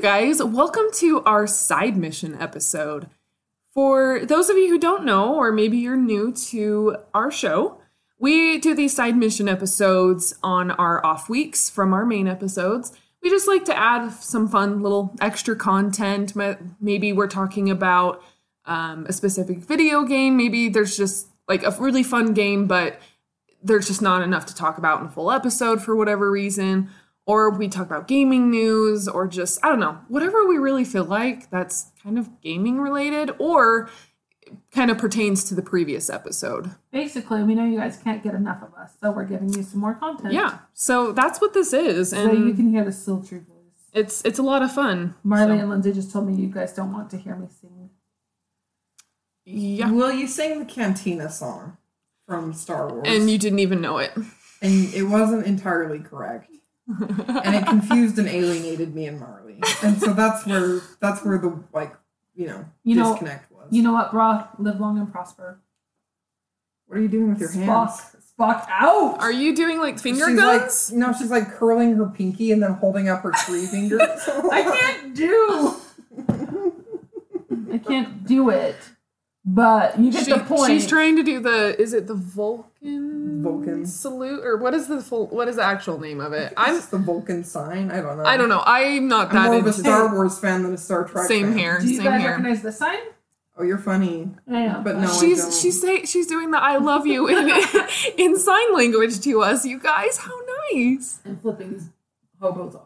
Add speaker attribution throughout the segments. Speaker 1: guys. Welcome to our side mission episode. For those of you who don't know, or maybe you're new to our show, we do these side mission episodes on our off weeks from our main episodes. We just like to add some fun little extra content. Ma- Maybe we're talking about um, a specific video game. Maybe there's just like a really fun game, but there's just not enough to talk about in a full episode for whatever reason. Or we talk about gaming news or just, I don't know, whatever we really feel like that's kind of gaming related or kind of pertains to the previous episode.
Speaker 2: Basically, we know you guys can't get enough of us, so we're giving you some more content.
Speaker 1: Yeah. So that's what this is.
Speaker 2: So you
Speaker 1: And
Speaker 2: can hear the sultry voice.
Speaker 1: it's it's a lot of fun.
Speaker 2: Marley
Speaker 1: So,
Speaker 2: and Lindsay just told me you guys don't want to hear me sing.
Speaker 1: yeah.
Speaker 3: Will you sing the Cantina song from Star Wars?
Speaker 1: And you didn't even know it.
Speaker 3: And it wasn't entirely correct, and it confused and alienated me and Marley. And so that's where that's where the like you know
Speaker 2: You know-
Speaker 3: disconnect was.
Speaker 2: You know what, brah? Live long and prosper.
Speaker 3: what are you doing with your
Speaker 2: Spock,
Speaker 3: hands?
Speaker 2: Spock out.
Speaker 1: Are you doing like finger
Speaker 3: she's
Speaker 1: guns?
Speaker 3: like no, she's like curling her pinky and then holding up her three fingers.
Speaker 2: I can't do. I can't do it. But you get
Speaker 1: She-
Speaker 2: the point.
Speaker 1: She's trying to do the is it the Vulcan
Speaker 3: Vulcan.
Speaker 1: salute or what is the full, what is the actual name of it?
Speaker 3: I'm
Speaker 1: I'm
Speaker 3: just the Vulcan sign. I don't know.
Speaker 1: I don't know. I'm not
Speaker 3: I'm
Speaker 1: that
Speaker 3: more of a
Speaker 1: into
Speaker 3: Star Wars fan than a Star Trek.
Speaker 1: same
Speaker 3: fan.
Speaker 1: here,
Speaker 2: do you
Speaker 1: same
Speaker 2: guys
Speaker 1: here.
Speaker 2: recognize the sign?
Speaker 3: Oh, you're funny.
Speaker 2: I know.
Speaker 3: But no. I don't.
Speaker 1: She's she's say, she's doing the I love you in in sign language to us, you guys. How nice.
Speaker 2: And flipping these hobos off.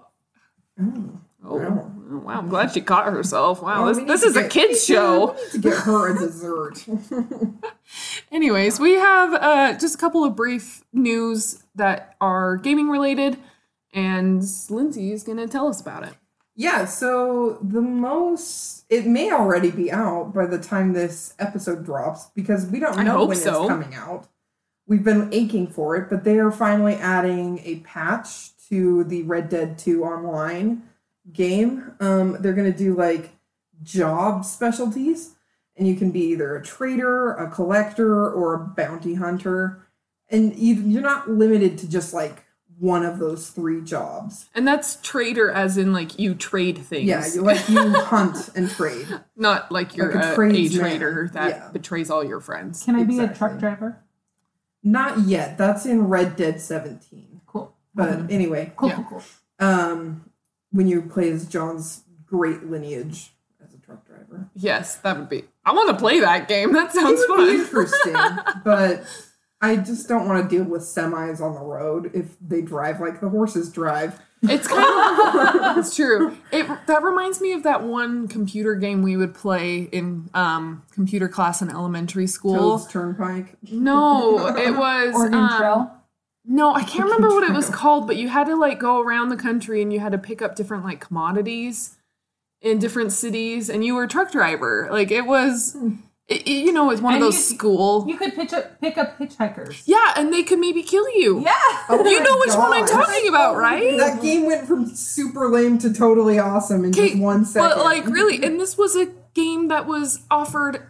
Speaker 3: Oh.
Speaker 1: Oh,
Speaker 3: Wow.
Speaker 1: wow, I'm glad she caught herself. Wow,
Speaker 3: Well,
Speaker 1: Oh, this,
Speaker 3: we need
Speaker 1: this
Speaker 3: to
Speaker 1: is a
Speaker 3: get-
Speaker 1: kids show.
Speaker 3: We need to get her a dessert.
Speaker 1: Anyways, we have uh, just a couple of brief news that are gaming related, and Lindsay is going to tell us about it.
Speaker 3: Yeah, so the most it may already be out by the time this episode drops because we don't
Speaker 1: I
Speaker 3: know
Speaker 1: hope
Speaker 3: when
Speaker 1: so.
Speaker 3: it's coming out. We've been aching for it, but they are finally adding a patch to the Red Dead 2 online game. Um, they're going to do like job specialties, and you can be either a trader, a collector, or a bounty hunter. And you, you're not limited to just like one of those three jobs.
Speaker 1: And that's trader, as in like you trade things.
Speaker 3: Yeah, you, like you hunt and trade.
Speaker 1: not like you're
Speaker 3: Like a
Speaker 1: a, a,
Speaker 3: tradesman.
Speaker 1: trader that
Speaker 3: Yeah.
Speaker 1: betrays all your friends.
Speaker 2: Can I be a
Speaker 3: Exactly.
Speaker 2: truck driver?
Speaker 3: Not yet. That's in Red Dead 17.
Speaker 2: Cool.
Speaker 3: But
Speaker 1: Mm-hmm.
Speaker 3: anyway,
Speaker 2: Cool,
Speaker 1: Yeah.
Speaker 2: cool, cool.
Speaker 3: um, when you play as John's great lineage as a truck driver,
Speaker 1: Yes, that would be. I want to play that game. That sounds
Speaker 3: it would be
Speaker 1: fun.
Speaker 3: interesting. but I just don't want to deal with semis on the road if they drive like the horses drive.
Speaker 1: It's kind of it's true. It that reminds me of that one computer game we would play in um, computer class in elementary school.
Speaker 3: Toad's Turnpike.
Speaker 1: oh No, it was
Speaker 2: Oregon
Speaker 1: um,
Speaker 2: Trail.
Speaker 1: No, I can't
Speaker 3: Oregon
Speaker 1: remember what it was
Speaker 3: Trail.
Speaker 1: called, but you had to like go around the country and you had to pick up different like commodities in different cities, and you were a truck driver. Like it was, it, it- you know, it's one
Speaker 2: And
Speaker 1: of
Speaker 2: you-
Speaker 1: those school.
Speaker 2: You could pitch up, pick up hitchhikers.
Speaker 1: yeah, and they could maybe kill you.
Speaker 2: Yeah.
Speaker 3: Oh
Speaker 1: You
Speaker 3: my
Speaker 1: know which one I'm
Speaker 3: gosh.
Speaker 1: talking about, right?
Speaker 3: That game went from super lame to totally awesome in just
Speaker 1: Okay,
Speaker 3: one second. Mm-hmm.
Speaker 1: But like really, and this was a game that was offered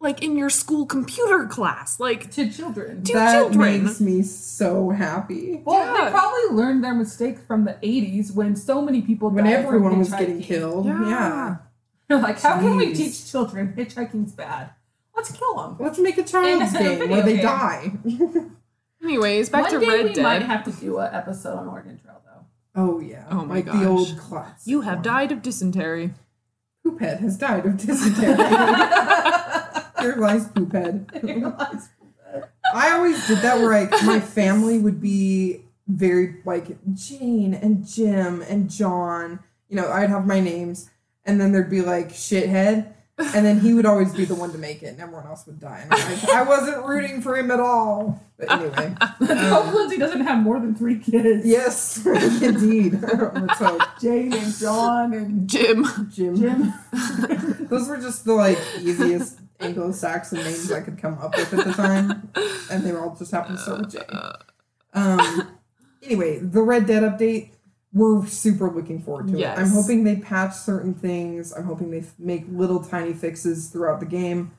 Speaker 1: like in your school computer class. Like
Speaker 2: to children.
Speaker 1: two
Speaker 3: that
Speaker 1: children.
Speaker 3: makes me so happy.
Speaker 2: Well,
Speaker 1: Yeah.
Speaker 2: they probably learned their mistake from the 80s when so many people
Speaker 3: when
Speaker 2: died from
Speaker 3: everyone was getting
Speaker 2: hitchhiking.
Speaker 3: killed.
Speaker 1: Yeah.
Speaker 3: Yeah.
Speaker 2: They're like, how can we
Speaker 3: Jeez.
Speaker 2: teach children hitchhiking's bad? Let's kill them.
Speaker 3: Let's make a child's
Speaker 2: In a
Speaker 3: game where they
Speaker 2: video
Speaker 3: die.
Speaker 1: Anyways, back
Speaker 2: One
Speaker 1: to
Speaker 2: day
Speaker 1: Red
Speaker 2: we
Speaker 1: Dead.
Speaker 2: might have to do an episode on Oregon Trail, though.
Speaker 3: oh yeah.
Speaker 1: Oh my
Speaker 3: like
Speaker 1: gosh.
Speaker 3: the old class.
Speaker 1: you have died of dysentery.
Speaker 3: Poophead has died of dysentery. Here lies Poophead. I always did that where I, my family would be very like Jane and Jim and John. You know, I'd have my names, and then there'd be like shithead, and then he would always be the one to make it, and everyone else would die. And I'm like, I wasn't rooting for him at all. But anyway.
Speaker 2: Let's hope Lindsay doesn't have more than three kids.
Speaker 3: Yes, indeed. Let's hope.
Speaker 2: Jane and John and
Speaker 1: Jim.
Speaker 3: Jim.
Speaker 2: Jim.
Speaker 3: Those were just the like easiest Anglo-Saxon names I could come up with at the time, and they were all just happened to start with J. Um. Anyway, the Red Dead update. We're super looking forward to
Speaker 1: Yes.
Speaker 3: it. I'm hoping they patch certain things. I'm hoping they f- make little tiny fixes throughout the game.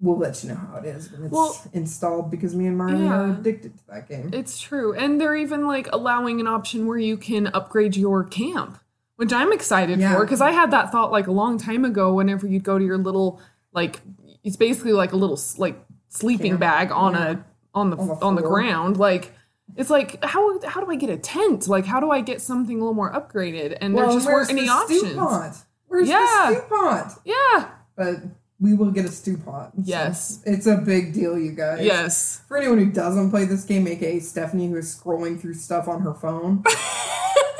Speaker 3: We'll let you know how it is when it's
Speaker 1: Well-
Speaker 3: installed because me and Marley are
Speaker 1: Yeah.
Speaker 3: addicted to that game.
Speaker 1: It's true. And they're even like allowing an option where you can upgrade your camp, which I'm excited
Speaker 3: Yeah.
Speaker 1: for because I had that thought like a long time ago. Whenever you'd go to your little like, it's basically like a little s- like sleeping
Speaker 3: Camp.
Speaker 1: bag on
Speaker 3: Yeah.
Speaker 1: a on the
Speaker 3: On the
Speaker 1: on the
Speaker 3: floor.
Speaker 1: ground. Like, it's like how how do I get a tent? Like, how do I get something a little more upgraded? And there just
Speaker 3: where's
Speaker 1: weren't any
Speaker 3: the Stew
Speaker 1: options.
Speaker 3: pot? Where's
Speaker 1: Yeah.
Speaker 3: the stew pot?
Speaker 1: Yeah.
Speaker 3: But we will get a stew pot. So
Speaker 1: Yes.
Speaker 3: it's a big deal, you guys.
Speaker 1: Yes.
Speaker 3: For anyone who doesn't play this game, aka Stephanie, who is scrolling through stuff on her phone,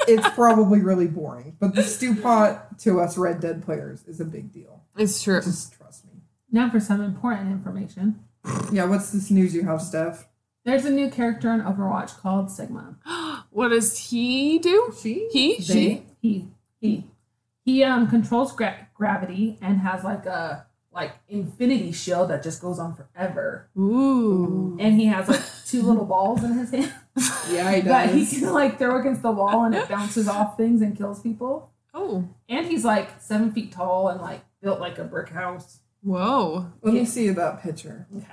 Speaker 3: it's probably really boring. But the stew pot to us Red Dead players is a big deal.
Speaker 1: It's true.
Speaker 3: Just trust me.
Speaker 2: Now for some important information.
Speaker 3: Yeah, what's this news you have, Steph?
Speaker 2: There's a new character in Overwatch called Sigma.
Speaker 1: What does he do?
Speaker 3: She?
Speaker 1: He? She?
Speaker 2: They- he he he um controls gra- gravity and has like a like infinity shield that just goes on forever.
Speaker 1: Ooh.
Speaker 2: And he has like two little balls in his hand
Speaker 3: Yeah, he
Speaker 2: that he
Speaker 3: does.
Speaker 2: can like throw against the wall and it bounces off things and kills people.
Speaker 1: Oh.
Speaker 2: And he's like seven feet tall and like built like a brick house.
Speaker 1: Whoa.
Speaker 3: Let me see that picture.
Speaker 2: Okay.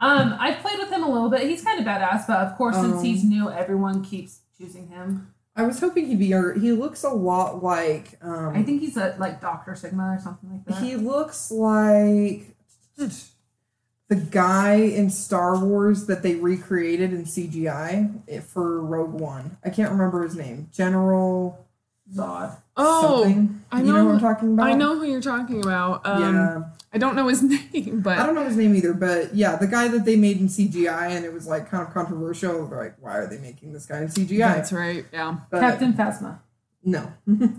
Speaker 2: Um, I've played with him a little bit. He's kind of badass, but of course, since
Speaker 3: Um,
Speaker 2: he's new, everyone keeps choosing him.
Speaker 3: I was hoping he'd be. Or he looks a lot like. Um,
Speaker 2: I think he's a like Doctor Sigma or something like that.
Speaker 3: He looks like the guy in Star Wars that they recreated in CGI it- for Rogue One. I can't remember his name. General
Speaker 2: Zod.
Speaker 1: Oh.
Speaker 3: something.
Speaker 1: I
Speaker 3: you know
Speaker 1: know-
Speaker 3: what I'm talking about?
Speaker 1: I know who you're talking about. Um,
Speaker 3: yeah.
Speaker 1: I don't know his name, but
Speaker 3: I don't know his name either, but yeah, the guy that they made in CGI and it was like kind of controversial. They're like, why are they making this guy in CGI?
Speaker 1: That's right. Yeah.
Speaker 3: But-
Speaker 2: Captain Phasma.
Speaker 3: No.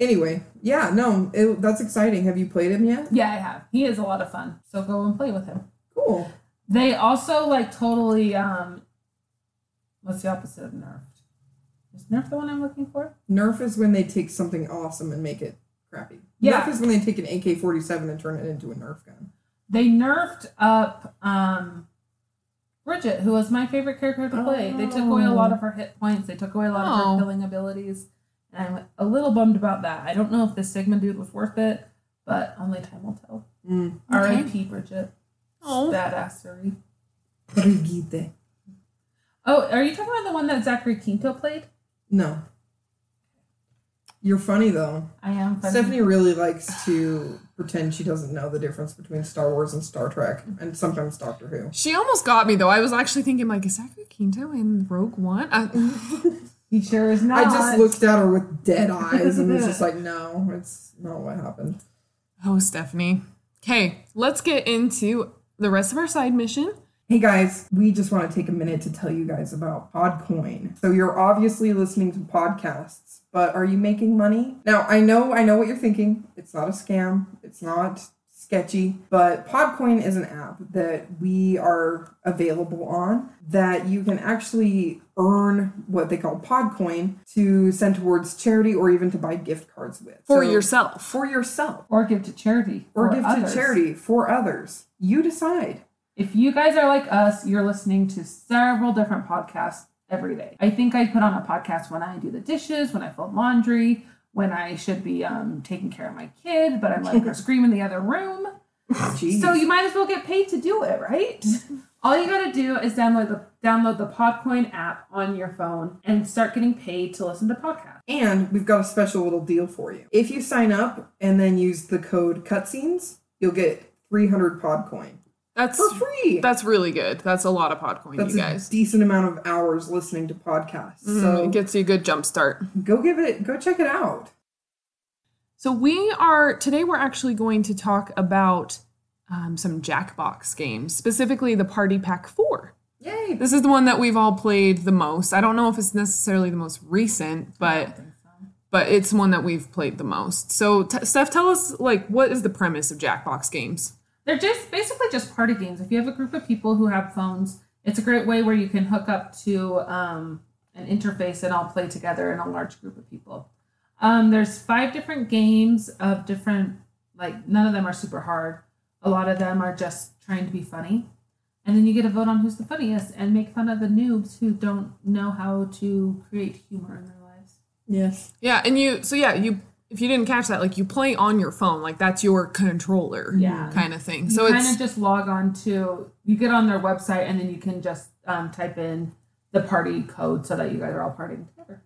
Speaker 3: anyway, yeah, no, it, that's exciting. Have you played him yet?
Speaker 2: Yeah, I have. He is a lot of fun. So go and play with him.
Speaker 3: Cool.
Speaker 2: They also like totally um what's the opposite of nerfed? Is nerf the one I'm looking for?
Speaker 3: Nerf is when they take something awesome and make it crappy.
Speaker 2: Yeah.
Speaker 3: Nerf is when they take an AK 47 and turn it into a Nerf gun.
Speaker 2: They nerfed up um Bridget, who was my favorite character to play. They took away a lot of her hit points, they took away a lot of
Speaker 1: Oh.
Speaker 2: her killing abilities. And I'm a little bummed about that. I don't know if the Sigma dude was worth it, but only time will tell.
Speaker 3: Mm.
Speaker 1: Okay.
Speaker 2: R.I.P. Bridget.
Speaker 1: Oh.
Speaker 2: Badassery.
Speaker 3: Brigitte.
Speaker 2: Oh, are you talking about the one that Zachary Quinto played?
Speaker 3: No. You're funny though.
Speaker 2: I am. funny.
Speaker 3: Stephanie really likes to pretend she doesn't know the difference between Star Wars and Star Trek, and sometimes Doctor Who.
Speaker 1: She almost got me though. I was actually thinking like, is Zachary Quinto in Rogue One? Uh,
Speaker 3: Mm-hmm.
Speaker 1: I,
Speaker 2: He sure is
Speaker 3: I
Speaker 2: not.
Speaker 3: just looked at her with dead eyes and was just like, no, it's not what happened.
Speaker 1: oh, Stephanie. Okay, let's get into the rest of our side mission.
Speaker 3: Hey guys, we just want to take a minute to tell you guys about Podcoin. So you're obviously listening to podcasts, but are you making money? Now, I know I know what you're thinking. It's not a scam. It's not sketchy, but Podcoin is an app that we are available on that you can actually earn what they call Podcoin to send towards charity or even to buy gift cards with.
Speaker 1: For
Speaker 3: So-
Speaker 1: yourself.
Speaker 3: for yourself
Speaker 2: or give to charity.
Speaker 3: or, give
Speaker 2: others.
Speaker 3: to charity for others. You decide.
Speaker 2: If you guys are like us, you're listening to several different podcasts every day. I think I put on a podcast when I do the dishes, when I fold laundry, when I should be um, taking care of my kid, but I'm like her scream in the other room.
Speaker 3: Jeez.
Speaker 2: So you might as well get paid to do it, right? All you gotta do is download the download the Podcoin app on your phone and start getting paid to listen to podcasts.
Speaker 3: And we've got a special little deal for you. If you sign up and then use the code cutscenes, you'll get 300 Podcoin
Speaker 1: That's
Speaker 3: for free.
Speaker 1: that's really good. That's a lot of podcoin,
Speaker 3: That's
Speaker 1: you
Speaker 3: a
Speaker 1: guys.
Speaker 3: decent amount of hours listening to podcasts.
Speaker 1: Mm,
Speaker 3: so
Speaker 1: it gets you a good jump start.
Speaker 3: go give it, go check it out.
Speaker 1: So we are today. We're actually going to talk about um, some Jackbox games, specifically the Party Pack Four.
Speaker 3: Yay!
Speaker 1: This is the one that we've all played the most. I don't know if it's necessarily the most recent, but but it's one that we've played the most. So t- Steph, tell us like what is the premise of Jackbox games?
Speaker 2: They're just basically just party games. If you have a group of people who have phones, it's a great way where you can hook up to um, an interface and all play together in a large group of people. Um, there's five different games of different, like, none of them are super hard. A lot of them are just trying to be funny. And then you get to vote on who's the funniest and make fun of the noobs who don't know how to create humor in their lives.
Speaker 3: Yes.
Speaker 1: Yeah, and you so yeah, you if you didn't catch that, like you play on your phone, like that's your controller
Speaker 2: Yeah.
Speaker 1: kind of thing.
Speaker 2: you
Speaker 1: So
Speaker 2: kind
Speaker 1: it's
Speaker 2: of just log on to you get on their website and then you can just um, type in the party code so that you guys are all partying together.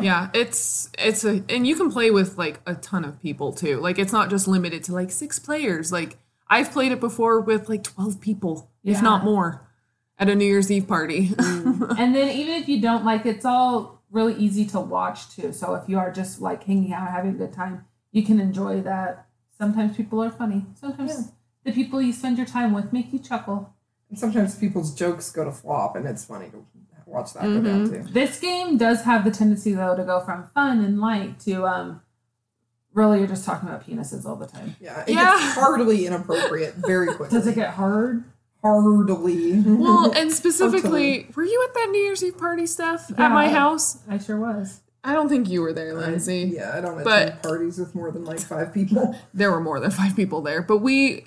Speaker 1: Yeah, it's it's a and you can play with like a ton of people too. Like it's not just limited to like six players. Like I've played it before with like 12 people, if
Speaker 2: Yeah. Mm.
Speaker 1: not more, at a New Year's Eve party.
Speaker 2: and then even if you don't like it's all really easy to watch too so if you are just like hanging out having a good time you can enjoy that sometimes people are funny sometimes
Speaker 3: Yeah.
Speaker 2: the people you spend your time with make you chuckle
Speaker 3: And sometimes people's jokes go to flop, and it's funny to watch that go down
Speaker 1: Mm-hmm.
Speaker 3: too.
Speaker 2: this game does have the tendency though to go from fun and light to um really you're just talking about penises all the time
Speaker 3: Yeah, it
Speaker 1: Yeah.
Speaker 3: gets hardly inappropriate very quickly.
Speaker 2: does it get hard
Speaker 3: hardly?
Speaker 1: well, and specifically,
Speaker 3: Totally.
Speaker 1: were you at that New Year's Eve party stuff at my
Speaker 2: Yeah.
Speaker 1: house?
Speaker 2: i sure was
Speaker 1: I don't think you were there, Lindsay.
Speaker 3: yeah, I don't attend
Speaker 1: But-
Speaker 3: parties with more than like five people.
Speaker 1: there were more than five people there, but we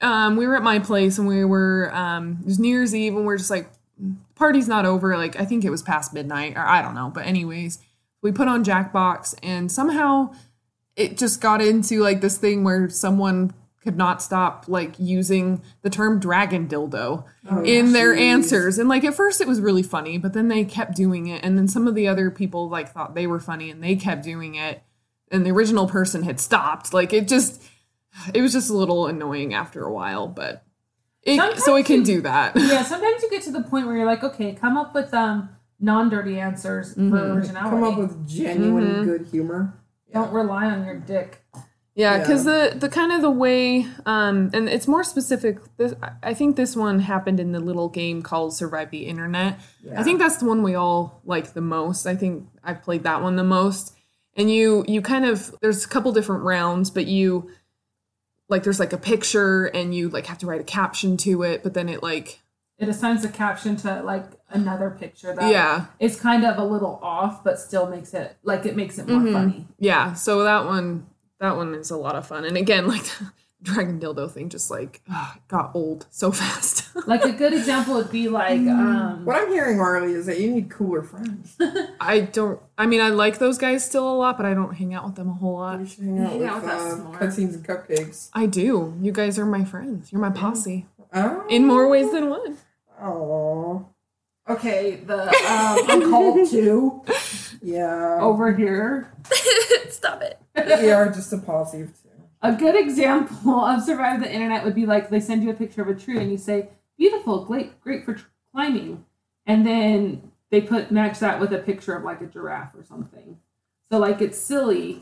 Speaker 1: um we were at my place and we were um it was New Year's Eve and we're just like party's not over, like I think it was past midnight or I don't know, but anyways, we put on Jackbox and somehow it just got into like this thing where someone could not stop like using the term dragon dildo in their
Speaker 3: jeez.
Speaker 1: answers. And like at first it was really funny, but then they kept doing it and then some of the other people like thought they were funny and they kept doing it and the original person had stopped. Like it just it was just a little annoying after a while, but it so it
Speaker 2: Sometimes
Speaker 1: can
Speaker 2: you-
Speaker 1: do that.
Speaker 2: yeah sometimes you get to the point where you're like okay come up with um non-dirty answers for
Speaker 1: Mm-hmm.
Speaker 2: originality
Speaker 3: Come up with genuine good humor.
Speaker 2: don't rely on your dick
Speaker 1: Yeah,
Speaker 3: Yeah.
Speaker 1: because the the kind of the way, um, and it's more specific. This, I- I think this one happened in the little game called Survive the Internet. I
Speaker 3: Yeah.
Speaker 1: think that's the one we all like the most. I think I've played that one the most. And you you kind of there's a couple different rounds, but you like there's like a picture and you like have to write a caption to it, but then it like
Speaker 2: it assigns the caption to like another picture that
Speaker 1: Yeah.
Speaker 2: is kind of a little off but still makes it like it makes it more
Speaker 1: Mm-hmm.
Speaker 2: funny
Speaker 1: yeah. So that one that one is a lot of fun. And again, like the dragon dildo thing just like ugh, got old so fast.
Speaker 2: like a good example would be like
Speaker 1: Mm-hmm.
Speaker 2: um
Speaker 3: What I'm hearing, Marley, is that you need cooler friends.
Speaker 1: I don't. I mean, I like those guys still a lot, but I don't hang out with them a whole lot.
Speaker 3: You should hang out
Speaker 2: Hang
Speaker 3: with,
Speaker 2: out with us
Speaker 3: uh,
Speaker 2: more.
Speaker 3: cutscenes and cupcakes.
Speaker 1: I do. You guys are my friends. You're my posse
Speaker 3: Oh.
Speaker 1: in more ways than one.
Speaker 3: Oh.
Speaker 2: okay the um,
Speaker 3: I'm
Speaker 2: I'm
Speaker 3: called too. Yeah.
Speaker 2: over here
Speaker 1: Stop it.
Speaker 3: We are just a posse of two.
Speaker 2: a good example of survive the internet would be like they send you a picture of a tree and you say beautiful great great for tr- climbing and then they put match that with a picture of like a giraffe or something so like it's silly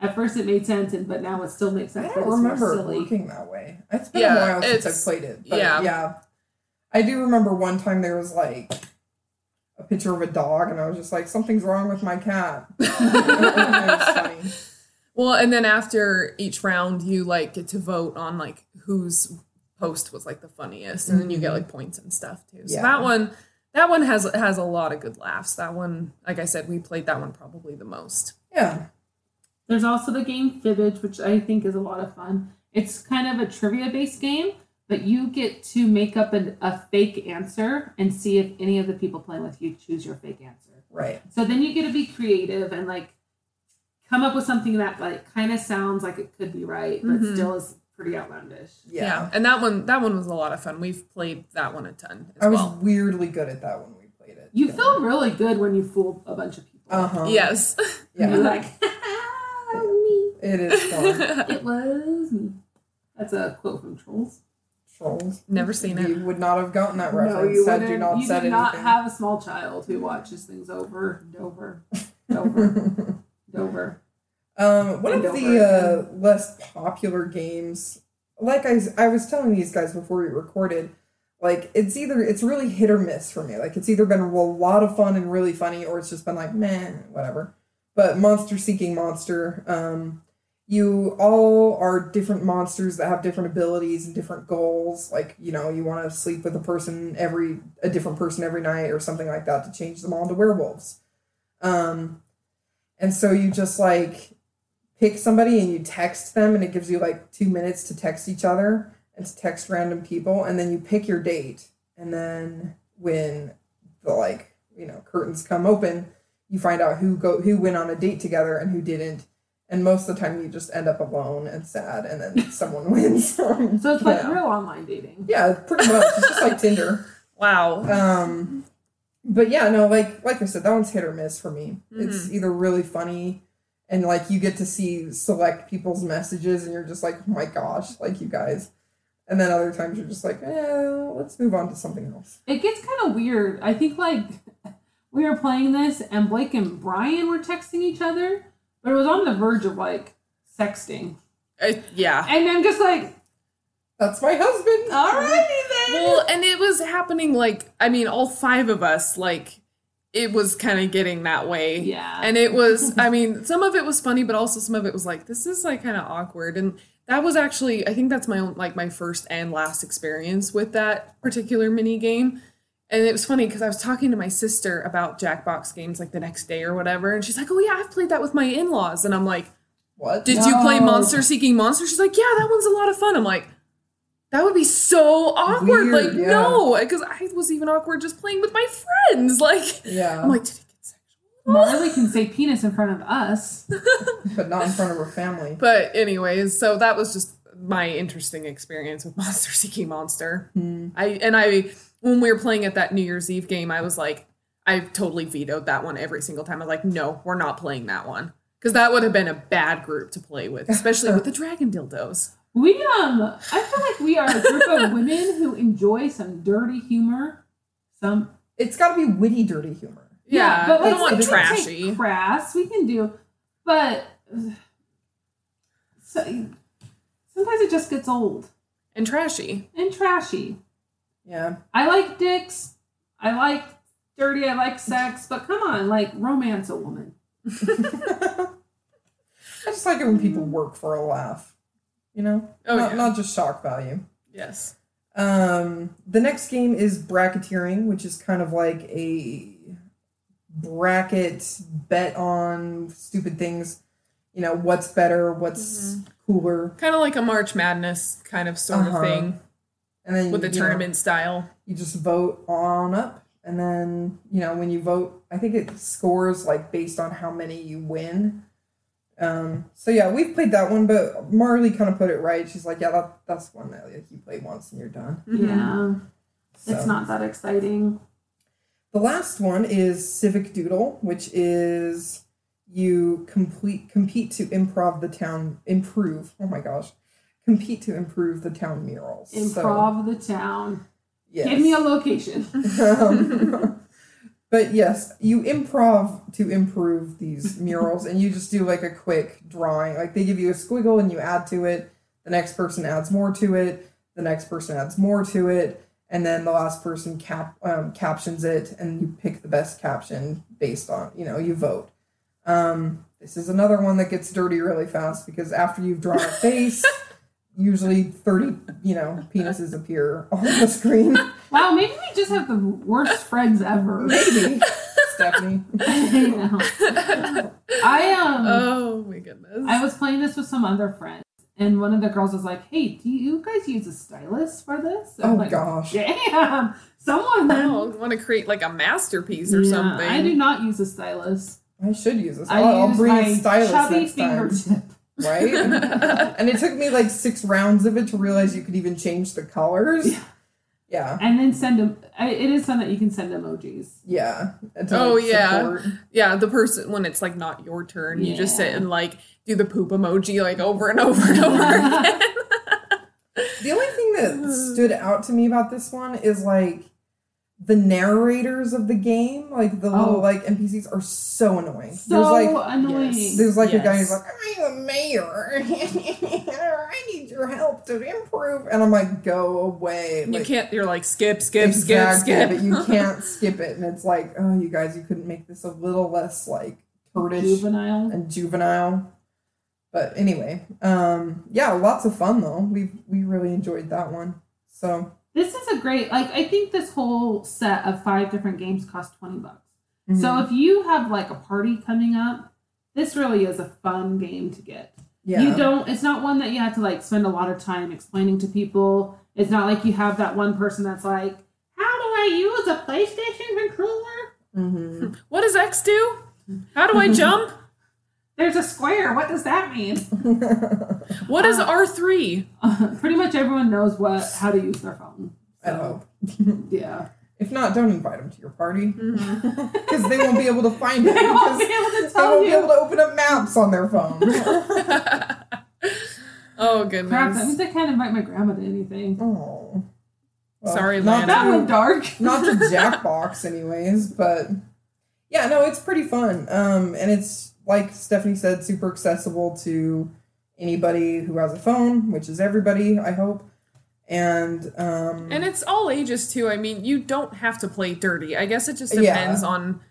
Speaker 2: at first it made sense and but now it still makes sense
Speaker 3: I
Speaker 2: but
Speaker 3: don't
Speaker 2: it's more
Speaker 3: remember it
Speaker 2: silly
Speaker 3: working that way. It's been
Speaker 1: Yeah,
Speaker 3: a while since
Speaker 1: it's-
Speaker 3: I've played it. But
Speaker 1: yeah.
Speaker 3: yeah. I do remember one time there was like a picture of a dog, and I was just like, something's wrong with my cat. it was funny.
Speaker 1: Well, and then after each round, you like get to vote on like whose post was like the funniest, and then you get like points and stuff too. So
Speaker 3: Yeah.
Speaker 1: that one, that one has has a lot of good laughs. That one, like I said, we played that one probably the most.
Speaker 3: Yeah.
Speaker 2: There's also the game Fibbage, which I think is a lot of fun. It's kind of a trivia based game, but you get to make up an, a fake answer and see if any of the people playing with you choose your fake answer.
Speaker 3: Right.
Speaker 2: So then you get to be creative and like come up with something that like kind of sounds like it could be right, but
Speaker 3: Mm-hmm.
Speaker 1: Mhm.
Speaker 2: still is pretty outlandish.
Speaker 3: Yeah.
Speaker 1: and that one that one was a lot of fun. We've played that one a ton as
Speaker 3: I was
Speaker 1: well.
Speaker 3: weirdly good at that when we played it.
Speaker 2: You feel really good when you fool a bunch of people.
Speaker 3: Uh huh.
Speaker 1: Yes.
Speaker 2: You're
Speaker 3: Yeah.
Speaker 2: like, me.
Speaker 3: It is fun.
Speaker 2: It was me. That's a quote from Trolls.
Speaker 3: Trolls.
Speaker 1: Never seen it.
Speaker 3: You would not have gotten that reference.
Speaker 2: No, you
Speaker 3: had
Speaker 2: wouldn't.
Speaker 3: you not
Speaker 2: you
Speaker 3: said
Speaker 2: did
Speaker 3: anything.
Speaker 2: not have a small child who watches things over and over and over and over.
Speaker 3: Um, one
Speaker 2: And
Speaker 3: of
Speaker 2: over
Speaker 3: the uh, less popular games, like I, I was telling these guys before we recorded, like it's either it's really hit or miss for me. Like it's either been a lot of fun and really funny, or it's just been like meh, whatever. But Monster Seeking Monster, um, you all are different monsters that have different abilities and different goals. Like you know, you want to sleep with a person every a different person every night or something like that to change them all into werewolves. Um, and so you just like pick somebody and you text them, and it gives you like two minutes to text each other and to text random people, and then you pick your date. And then when the like you know curtains come open, you find out who go who went on a date together and who didn't. And most of the time, you just end up alone and sad, and then someone wins.
Speaker 2: So it's like
Speaker 3: Yeah.
Speaker 2: real online dating.
Speaker 3: Um, yeah, pretty much. It's just like Tinder.
Speaker 1: Wow.
Speaker 3: Um, but yeah, no, like like I said, that one's hit or miss for me.
Speaker 1: Mm-hmm.
Speaker 3: It's either really funny and like you get to see select people's messages and you're just like, oh my gosh, like you guys. And then other times you're just like, eh, let's move on to something else.
Speaker 2: It gets kind of weird. I think like we were playing this and Blake and Brian were texting each other, but it was on the verge of like sexting.
Speaker 1: Uh, yeah.
Speaker 2: And I'm just like,
Speaker 3: That's my husband.
Speaker 2: alrighty then.
Speaker 1: Well, and it was happening like I mean, all five of us like it was kind of getting that way.
Speaker 2: Yeah.
Speaker 1: And it was I mean, some of it was funny, but also some of it was like this is like kind of awkward and that was actually I think that's my own like my first and last experience with that particular mini game. And it was funny because I was talking to my sister about Jackbox games like the next day or whatever, and she's like, "Oh yeah, I've played that with my in-laws." And I'm like,
Speaker 3: What?
Speaker 1: did you play
Speaker 2: No.
Speaker 1: Monster Seeking Monster? She's like, yeah, that one's a lot of fun. I'm like, that would be so awkward. like,
Speaker 3: Weird, yeah.
Speaker 1: no, because I was even awkward just playing with my friends. Like,
Speaker 3: yeah.
Speaker 1: I'm like, did it get sexual?
Speaker 2: Marley can say penis in front of us.
Speaker 3: but not in front of her family.
Speaker 1: but anyways, so that was just my interesting experience with Monster Seeking Monster.
Speaker 3: Hmm.
Speaker 1: I and I when we were playing at that New Year's Eve game, I was like, I totally vetoed that one every single time. I was like, no, we're not playing that one. Because that would have been a bad group to play with, especially with the dragon dildos.
Speaker 2: We um, I feel like we are a group of women who enjoy some dirty humor. Some
Speaker 3: It's got to be witty, dirty humor.
Speaker 1: Yeah,
Speaker 2: but
Speaker 1: we
Speaker 2: like,
Speaker 1: don't want
Speaker 2: we can take
Speaker 1: trashy.
Speaker 2: Crass, we can do, but so, sometimes it just gets old
Speaker 1: and trashy.
Speaker 2: and trashy.
Speaker 3: Yeah.
Speaker 2: I like dicks. I like dirty. I like sex. But come on, like romance a woman.
Speaker 3: I just like it when people work for a laugh, you know?
Speaker 1: Mm-hmm. Oh,
Speaker 3: not,
Speaker 1: yeah.
Speaker 3: not just shock value.
Speaker 1: Yes.
Speaker 3: Um, the next game is bracketeering, which is kind of like a bracket bet on stupid things. You know, what's better, what's cooler,
Speaker 1: Kind of like a March Madness kind of sort
Speaker 3: Uh-huh.
Speaker 1: of thing
Speaker 3: and then
Speaker 1: with the
Speaker 3: you know,
Speaker 1: tournament style.
Speaker 3: you just vote on up, and then you know when you vote, I think it scores like based on how many you win. Um, so yeah, we've played that one, but Marley kind of put it right. She's like, yeah, that, that's one that like, you play once and you're done.
Speaker 1: Mm-hmm.
Speaker 2: Yeah,
Speaker 3: So.
Speaker 2: it's not that exciting.
Speaker 3: The last one is Civic Doodle, which is you complete compete to improv the town improve. Oh my gosh. Compete to improve the town murals. So,
Speaker 2: Improv the town.
Speaker 3: yes.
Speaker 2: Give me a location.
Speaker 3: Um, but yes, you improv to improve these murals, and you just do like a quick drawing. Like they give you a squiggle, and you add to it. The next person adds more to it. The next person adds more to it, and then the last person cap um, captions it, and you pick the best caption based on you know you vote. Um, this is another one that gets dirty really fast because after you've drawn a face, usually thirty you know penises appear on the screen.
Speaker 2: Wow, maybe we just have the worst friends ever.
Speaker 3: Maybe. Stephanie.
Speaker 2: I know. I um
Speaker 1: Oh my goodness.
Speaker 2: I was playing this with some other friends, and one of the girls was like, "Hey, do you guys use a stylus for this?" I'm
Speaker 3: Oh
Speaker 2: like,
Speaker 3: gosh.
Speaker 2: Damn, someone.
Speaker 1: want to create like a masterpiece or
Speaker 2: Yeah,
Speaker 1: Oh, something.
Speaker 2: I do not use a stylus.
Speaker 3: I should use this.
Speaker 2: I
Speaker 3: I'll, I'll
Speaker 2: use
Speaker 3: bring
Speaker 2: my
Speaker 3: a stylus
Speaker 2: chubby
Speaker 3: next time.
Speaker 2: fingertip.
Speaker 3: Right? and it took me like six rounds of it to realize you could even change the colors.
Speaker 2: Yeah.
Speaker 3: Yeah.
Speaker 2: and then send them. I, it is fun that you can send emojis.
Speaker 3: Yeah. And to,
Speaker 1: Oh, yeah.
Speaker 3: support.
Speaker 1: yeah, the person when it's like not your turn, you just sit
Speaker 2: Yeah.
Speaker 1: and like do the poop emoji like over and over and over again.
Speaker 3: The only thing that stood out to me about this one is like the narrators of the game, like the
Speaker 2: Oh.
Speaker 3: little like NPCs are so annoying.
Speaker 2: So
Speaker 3: There's like
Speaker 2: annoying.
Speaker 1: yes.
Speaker 3: There's like a guy who's
Speaker 1: Yes.
Speaker 3: like, I'm a mayor. I need your help to improve. And I'm like, go away.
Speaker 1: you
Speaker 3: Like,
Speaker 1: can't you're like skip, skip,
Speaker 3: exactly,
Speaker 1: skip, skip.
Speaker 3: But you can't skip it. And it's like, oh, you guys, you couldn't make this a little less like turdish
Speaker 2: Juvenile.
Speaker 3: and juvenile. But anyway, um, yeah, lots of fun though. We we really enjoyed that one. So
Speaker 2: This is a great. Like I think this whole set of five different games cost twenty bucks.
Speaker 3: mm-hmm.
Speaker 2: So if you have like a party coming up, this really is a fun game to get.
Speaker 3: yeah,
Speaker 2: You don't it's not one that you have to like spend a lot of time explaining to people. It's not like you have that one person that's like, How do I use a PlayStation controller?
Speaker 3: Mhm.
Speaker 1: What does X do? How do I jump?
Speaker 2: There's a square. What does that mean?
Speaker 3: Mm-hmm.
Speaker 1: What
Speaker 3: Uh,
Speaker 1: is R3?
Speaker 2: Pretty much everyone knows what how to use their phone.
Speaker 3: I hope.
Speaker 2: Yeah.
Speaker 3: If not, don't invite them to your party because they won't be able to find it. because
Speaker 2: be able to
Speaker 3: they
Speaker 2: tell
Speaker 3: won't be
Speaker 2: you.
Speaker 3: able to open up maps on their phone.
Speaker 1: oh
Speaker 2: Crap, that
Speaker 1: goodness.
Speaker 2: means I can't invite my grandma to anything.
Speaker 3: oh.
Speaker 1: Sorry, Lana.
Speaker 3: not
Speaker 2: That went
Speaker 3: to,
Speaker 2: dark.
Speaker 3: not to Jackbox, anyways, but yeah, no, it's pretty fun. Um, and it's like Stephanie said, super accessible to anybody who has a phone, which is everybody, I hope. And um,
Speaker 1: And it's all ages too. I mean, you don't have to play dirty. I guess it just
Speaker 3: Yeah.
Speaker 1: depends on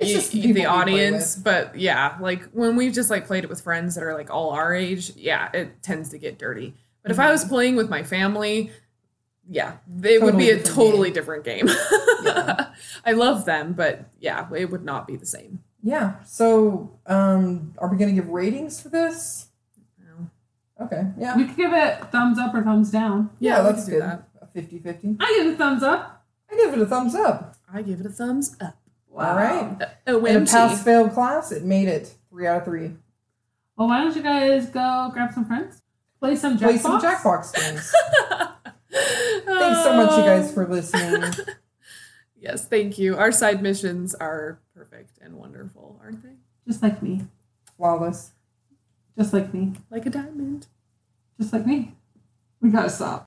Speaker 3: It's
Speaker 1: y-
Speaker 3: just the
Speaker 1: y-
Speaker 3: people
Speaker 1: the
Speaker 3: we play
Speaker 1: audience. But yeah, like when we've just like played it with friends that are like all our age, yeah, it tends to get dirty. But if I was playing with my family, yeah, it would
Speaker 3: Mm-hmm. Totally
Speaker 1: be a totally different
Speaker 3: different
Speaker 1: game.
Speaker 3: Yeah.
Speaker 1: I love them, but yeah, it would not be the same.
Speaker 3: yeah, so um, are we gonna give ratings for this?
Speaker 1: No.
Speaker 3: Okay, yeah,
Speaker 2: We could give it thumbs up or thumbs down.
Speaker 3: yeah,
Speaker 1: we
Speaker 3: that's
Speaker 1: could
Speaker 3: good. A 50 50.
Speaker 2: I give it a thumbs up.
Speaker 3: I give it a thumbs up.
Speaker 1: I give it a thumbs up. Uh, oh,
Speaker 2: Wow.
Speaker 3: All right. In a
Speaker 1: OMG.
Speaker 3: pass fail class, it made it three out of three.
Speaker 2: Well, why don't you guys go grab some friends, play some Jackbox?
Speaker 3: Play some Jackbox games. Thanks so much, you guys, for listening.
Speaker 1: Yes, thank you. Our side missions are perfect and wonderful, aren't they?
Speaker 2: Just like me.
Speaker 3: Flawless.
Speaker 2: Just like me.
Speaker 1: Like a diamond.
Speaker 2: Just like me. We gotta stop.